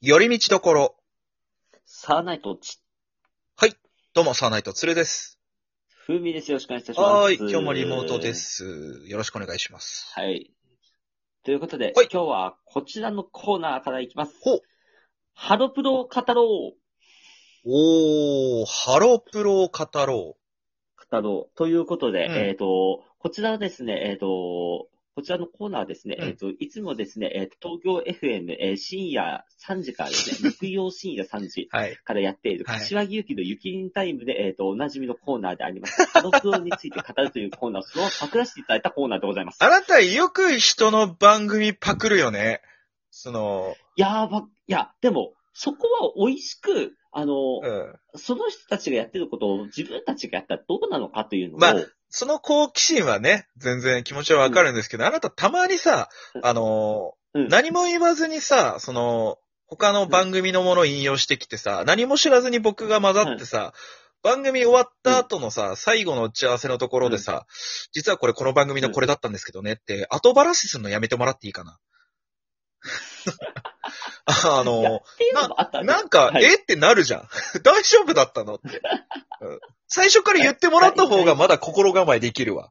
寄り道どころ。サーナイトチ、どうも、サーナイト、つるです。風味です。よろしくお願いいたします。はーい、今日もリモートで。す。よろしくお願いします。はい。ということで、はい今日はこちらのコーナーからいきます。ほうハロプロを語ろうおー、ハロプロを語ろ語ろうということで、うんえっ、と、こちらはですね、えっ、と、こちらのコーナーはですね、うんえっ、と、いつもですね、えーと東京 FM、えー深夜3時からで すね、木曜深夜3時う。はい。からやっている、はい柏木由紀のゆきりんタイムで、えっ、と、おなじみのコーナーであ ります、ハロプロについて語るというコーナー、そのままパクらせていただいたコーナーでございます。あなた、よく人の番組パクるよね。その、やば、いや、でも、そこは美味しく、あの、うん。その人たちがやってることを自分たちがやったらどうなのかというのを、まあその好奇心はね、全然気持ちはわかるんですけど、あなたたまにさ、あのうーん何も言わずにさ、その、他の番組のものを引用してきてさ、何も知らずに僕が混ざってさ、番組終わった後のさ、最後の打ち合わせのところでさ、実はこれこの番組のこれだったんですけどねって、後ばらしするのやめてもらっていいか な。あいやっのていうのもあったー、んですなんか、はいえってなるじゃん。 大丈夫だったのって、うん最初から言ってもらった方がまだ心構えできるわ。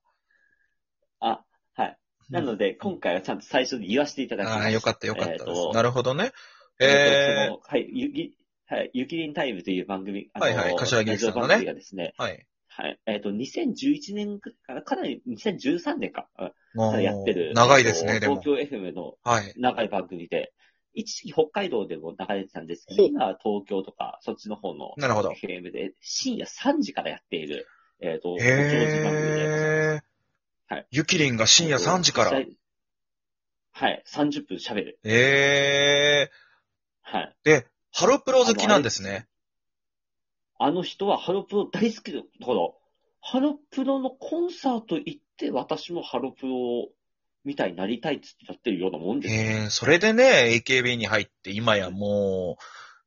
あ、はい。なので、今回はちゃんと最初に言わせていただきまあす。あ、よかったよかったです、えーとなるほどね。えっえとそのはい、ゆき、はい、ゆきりんタイムという番組、あの、はいはい柏木由紀さんのねラジオ番組がですね、ー、はい。はい、えっ、と、2011年くらいから、かなり2013年か、うんからやってる。長いですね、えーでとも。東京 FM のはい。長い番組で、一時期北海道でも流れてたんですけど、ほう今は東京とか、そっちの方のなるほど。 FM で、深夜3時からやっている、えっ、と、ご長寿番組で。へーはいゆきりんが深夜3時から。。はい、30分喋る。ええはい。で、ハロプロ好きなんですね。あの人はハロプロ大好きだから、ハロプロのコンサート行って、私もハロプロみたいになりたいっつってやってるようなもんですよ。ええそれでね、AKB に入って、今やも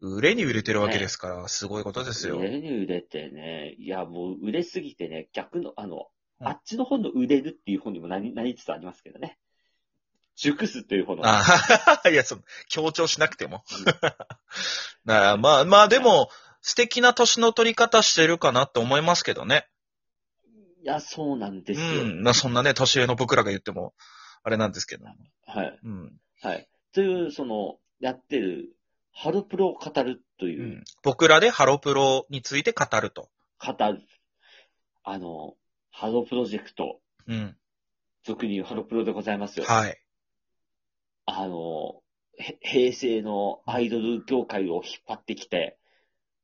う、売れに売れてるわけですから、すごいことですよ。売れに売れてね、いや、もう売れすぎてね、逆の、あの、うんあっちの方の売れるっていう方にもなりなりつつありますけどね。熟すという方の。ああ いや、その、強調しなくても。 なあまあ、まあでも、素敵な年の取り方してるかなと思いますけどね。いや、そうなんですよ。うん。まあそんなね、年上の僕らが言っても、あれなんですけど。はい。うん。はい。という、その、やってる、ハロプロを語るとういう、ん、僕らでハロプロについて語ると。語る、あの、ハロプロジェクト、うん。俗に言うハロプロでございますよ。はい。あの、へ平成のアイドル業界を引っ張ってきて、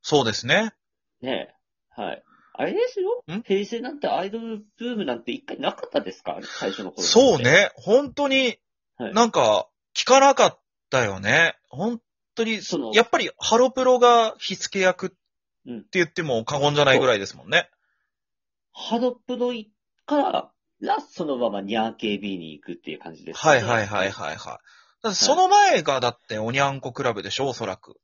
そうですね。ねえ。はい。あれですよん平成なんてアイドルブームなんて一回なかったですか最初の頃。そう。ね。本当に、はいなんか、聞かなかったよね。本当に、そのやっぱりハロプロが火付け役ってうん言っても過言じゃないぐらいですもんね。ハロプロから、ら、そのままニャー KB に行くっていう感じですよはね、いはいはいはいはい。だってその前がだって、おにゃんこクラブでしょ、おそらく。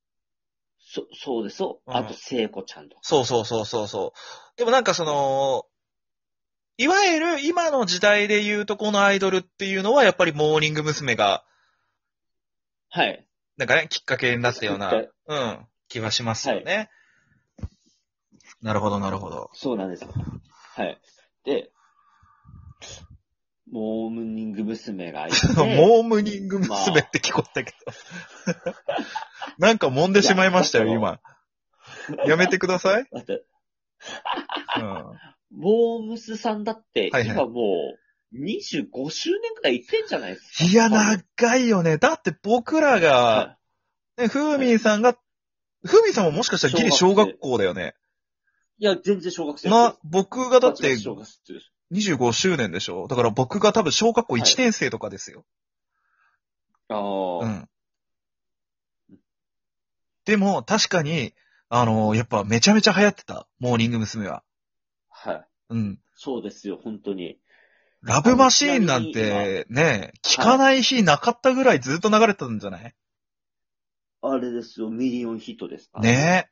そ、そうですよ。うんあと、聖子ちゃんとか。そうそうそうそうそう。でもなんかその、いわゆる今の時代で言うとこのアイドルっていうのはやっぱりモーニング娘。が、はい。なんかね、きっかけになったようなきっ、うん、気はしますよね。なるほど、なるほど。そうなんですよ。はい。で、モーニング娘。がい てモームニング娘。って聞こえたけど。 なんか揉んでしまいましたよ、いや今。やめてください。だって、うん。モームスさんだって、はいはい今もう、25周年くらい行ってんじゃないですか。いや、長いよね。だって僕らが、はね、ふーみんさんが、ふーみんさんももしかしたらギリ小学校だよね。い。いや、全然小学生ですな、僕がだっガてチガチ小学生です25周年でしょだから僕が多分小学校1年生とかですよ。ああ、うん。でも、確かに、あのーやっぱめちゃめちゃ流行ってた。モーニング娘。は。はい。うん。そうですよ、本当に。ラブマシーンなんて、ね、聞かない日なかったぐらいずっと流れてたんじゃないあれですよ、ミリオンヒットですか。ね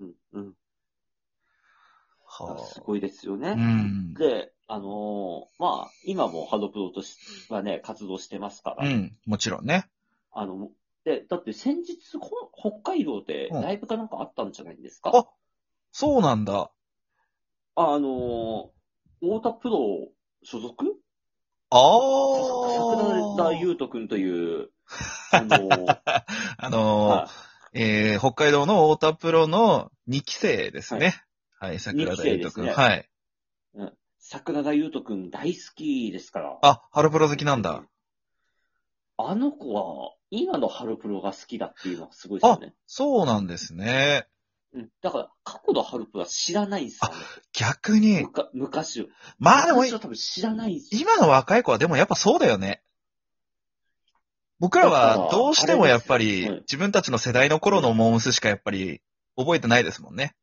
うん、うん。はすごいですよあ。うね。ん。で、あのーまあ、今もハロプロとしてはね、活動してますかうら、ん。もちろんね。あの、で、だって先日、こ北海道でライブかなんかあったんじゃないですか、あそうなんだ。あのー、太田プロ所属あ桜田あ。優斗くんという、あの ーあのーはえー、北海道の太田プロの2期生ですね。はい、桜田優斗くん、二期生ですねはい。いうん桜田優斗くん大好きですから。あ、ハロプロ好きなんだ。。あの子は、今のハロプロが好きだっていうのはすごいですよね。そうなんですね。うん。だから、過去のハロプロは知らないんですよ、ね。逆にむ。か昔を。まあでも、昔は多分知らないんですよ。今の若い子はでもやっぱそうだよね。僕らはどうしてもやっぱだからあれですよりうん自分たちの世代の頃のモームスしかやっぱり覚えてないですもんね。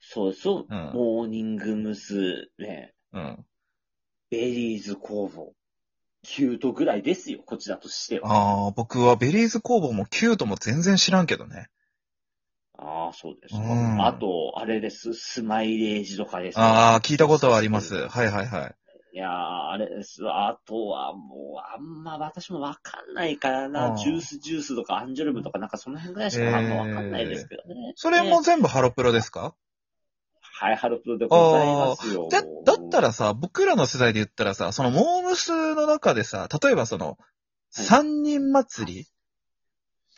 そうそう、うんモーニング娘。ね、うん。ベリーズ工房。キュートぐらいですよ、こちらとしては。ああ、僕はベリーズ工房もキュートも全然知らんけどね。ああ、そうですか。うんあと、あれです。スマイレージとかですね、ああ、聞いたことはあります。はいはいはい。いやー、あれです。あとはもう、あんま私もわかんないからあーな。ジュースジュースとかアンジュルムとかなんかその辺ぐらいしえーかあんまわかんないですけどね。それもね、全部ハロプロですかはい、ハロプロでございますよ。だ、だったらさ、僕らの世代で言ったらさ、そのモームスの中でさ、例えばその、はい三人祭り、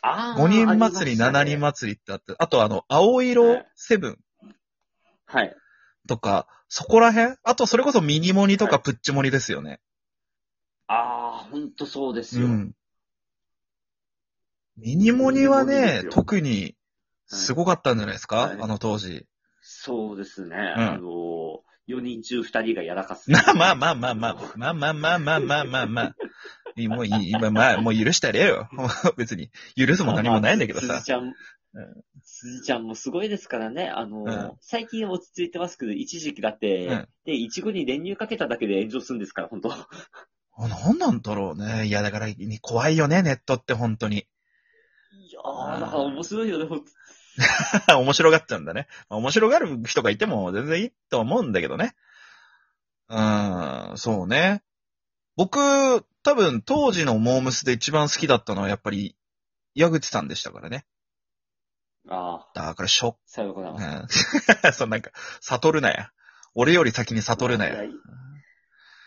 あー、五人祭り、あ七り人ま祭りってあって、あとあの、青色セブンしたねはい。とか、そこら辺あとそれこそミニモニとはかプッチモニですよね。ああ、ほんとそうですうよ。ん。ミニモニはミニモニでねす、よ特にすごかったんじゃないですか、はいあの当時。そうですね。んあのー、4人中2人がやらか す。まあまあまあまあまあ、まあまあまあまあまあまあまあ。もういい、今まあ、もう許してやれよ。別に、許す も何もないんだけどまあまあさす。ずちゃん、すずちゃんもすごいですからね。あの、うん最近落ち着いてますけど、一時期だって、うんで、いちごに練乳かけただけで炎上するんですから、本当あ、なんなんだろうね。いや、だから、怖いよね、ネットって本当に。いやー、だから面白いよね、ほんと面白がっちゃうんだね。面白がる人がいても全然いいと思うんだけどね。うーん、そうね。僕、多分当時のモームスで一番好きだったのはやっぱり、矢口さんでしたからね。ああ、だからショック。さようなら。うん そうなんか、悟るなや。俺より先に悟るないや。やい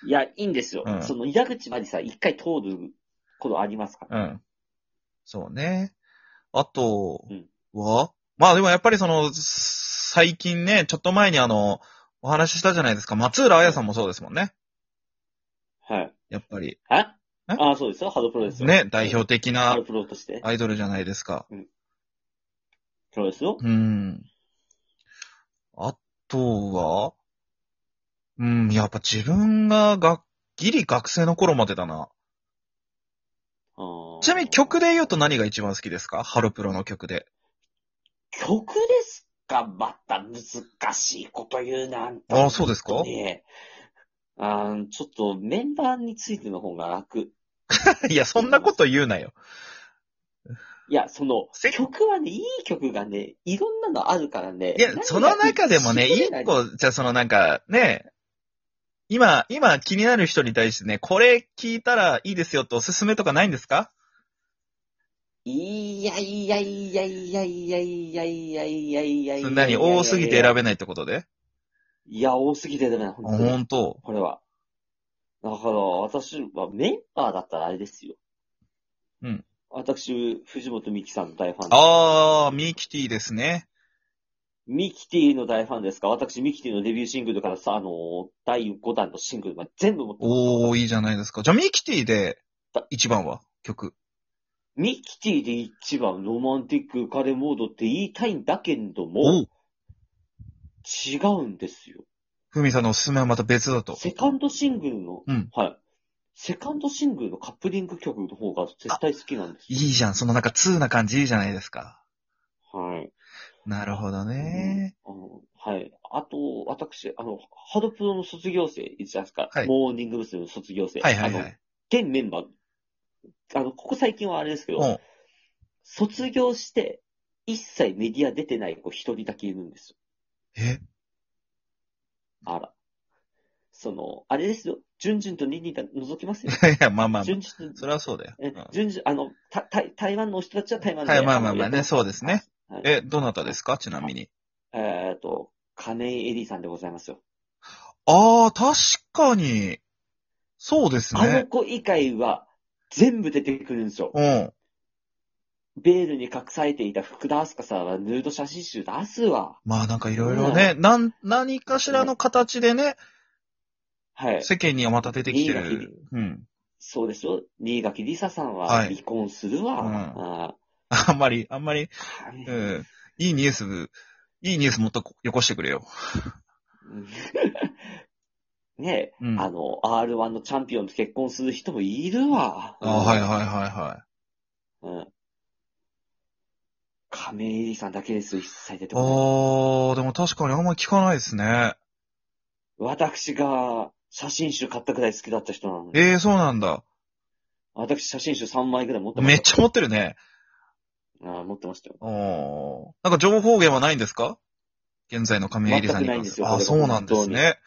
や、いいんですよ。うんその、矢口までさ、一回通ることありますから。うん。そうね。あとうんは、まあでもやっぱりその、最近ね、ちょっと前にあの、お話ししたじゃないですか。松浦彩さんもそうですもんね。はい。やっぱり。えああ、そうですよ。ハロプロですよ。ね、代表的ハなロプロとして。アイドルじゃないですか。そうですよ。うん。あとは、うん、やっぱ自分がが、ギリ学生の頃までだな。あーちなみに曲で言うと何が一番好きですかハロプロの曲で。 曲ですかまた難しいこと言うなんて。ああ、そうですかねえ。あーちょっとメンバーについての方が楽。いや、そんなこと言うなよ。いや、そのせ、曲はね、いい曲がね、いろんなのあるからね。いや、その中でもね、一何がいい個、じゃあそのなんか、ね、今、今気になる人に対してね、これ聞いたらいいですよっておすすめとかないんですかいやいやいやいやいやいやいやいやいやいや。そんなに多すぎて選べ。べないってことでいや、多すぎて選べない。あ本当に本当。これは。だから、私はメンバーだったらあれですよ。うん。私、藤本美貴さんの大ファンですあー、ミキティですね。ミキティの大ファンですか私、ミキティのデビューシングルからさ、あのー第5弾のシングルまで全部持ってます。おー、いいじゃないですか。じゃあ、ミキティで、一番は曲。ミキティで一番ロマンティック浮かれモードって言いたいんだけれどおも、う違うんですよ。ふみさんのおすすめはまた別だと。セカンドシングルの、うんはい。セカンドシングルのカップリング曲の方が絶対好きなんですいいよ。じゃん。そのなんか通な感じいいじゃないですか。はい。なるほどね。あの、はい。あと、私、あの、ハドプロの卒業生、いつですか、はいモーニング娘。の卒業生。はいはいあはの、い。現メンバー、あの、ここ最近はあれですけど、うん。卒業して、一切メディア出てない子一人だけいるんですよ。え あら。その、あれですよ。ジュンジュンとニンニンが覗きますよ。いや、 まあまあまジュあ、ンジュンとそれはそうだよ。うえん、ジュンジュン、あの、た台台湾の人たちは台湾で。はい、まあまあまあね、そうでですね。。はいえ、どなたですかちなみに。えーっと、金井エリさんでございますよ。ああ、確かに。そうですあのね。子以外は全部出てくるんですよ。うん。ベールに隠されていた福田明日香さんはヌード写真集出すわ。まあなんかいろいろね、なん、何かしらの形でね、はい。世間にはまた出てきていいねる。うん。 そうでしょ新垣梨沙さんははい離婚するわ。うんああんまり、あんまり、ーうん。いいニュース、いいニュースもっとよこしてくれよ。 ねうえ、ん。あの、R1 のチャンピオンと結婚する人もいるわ。あはいはいはいはうん。亀井理さんだけですよ、一切出てい。こない。ああ、でも確かにあんまり聞かないですね。私が写真集買ったくらい好きだった人なのに。ええー、そうなんだ。私写真集3枚ぐらい持ってまめっした。ちゃ持ってるね。あー持ってましたよ。おーなんか情報源はないんですか現在の亀井入さんに関す全る。くないんあ、ですそようなんですね。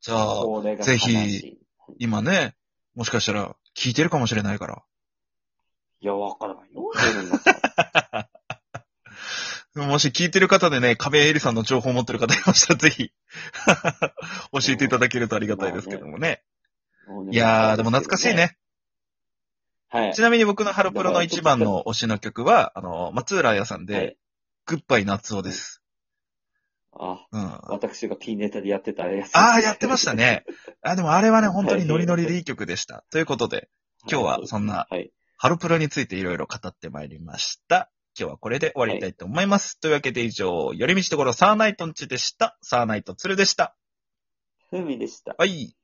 じゃあ、これがぜひ悲しい。今ね、もしかしたら聞いてるかもしれないから。いや、わからないよ。そういうの になったらもし聞いてる方でね、亀井入さんの情報を持ってる方いましたら、ぜひ、 教えていただけるとありがたいですけどもね。もうねいやー、でも懐かしい。ね。はいち。なみに僕のハロプロの一番の推しの曲は、あの、松浦彩さんはでい、グッバイ夏男です。あ、うん。私がピンネタでやってたやつ。ああ、やってましたね。あ、でもあれはね、本当にノリノリでいい曲でした。ということで、今日はそんなはい。ハロプロについていろいろ語ってまいりました。今日はこれで終わりたいと思います。というわけで以上、寄り道ところサーナイトンチでした。サーナイトツルでした。ふみでした。はい。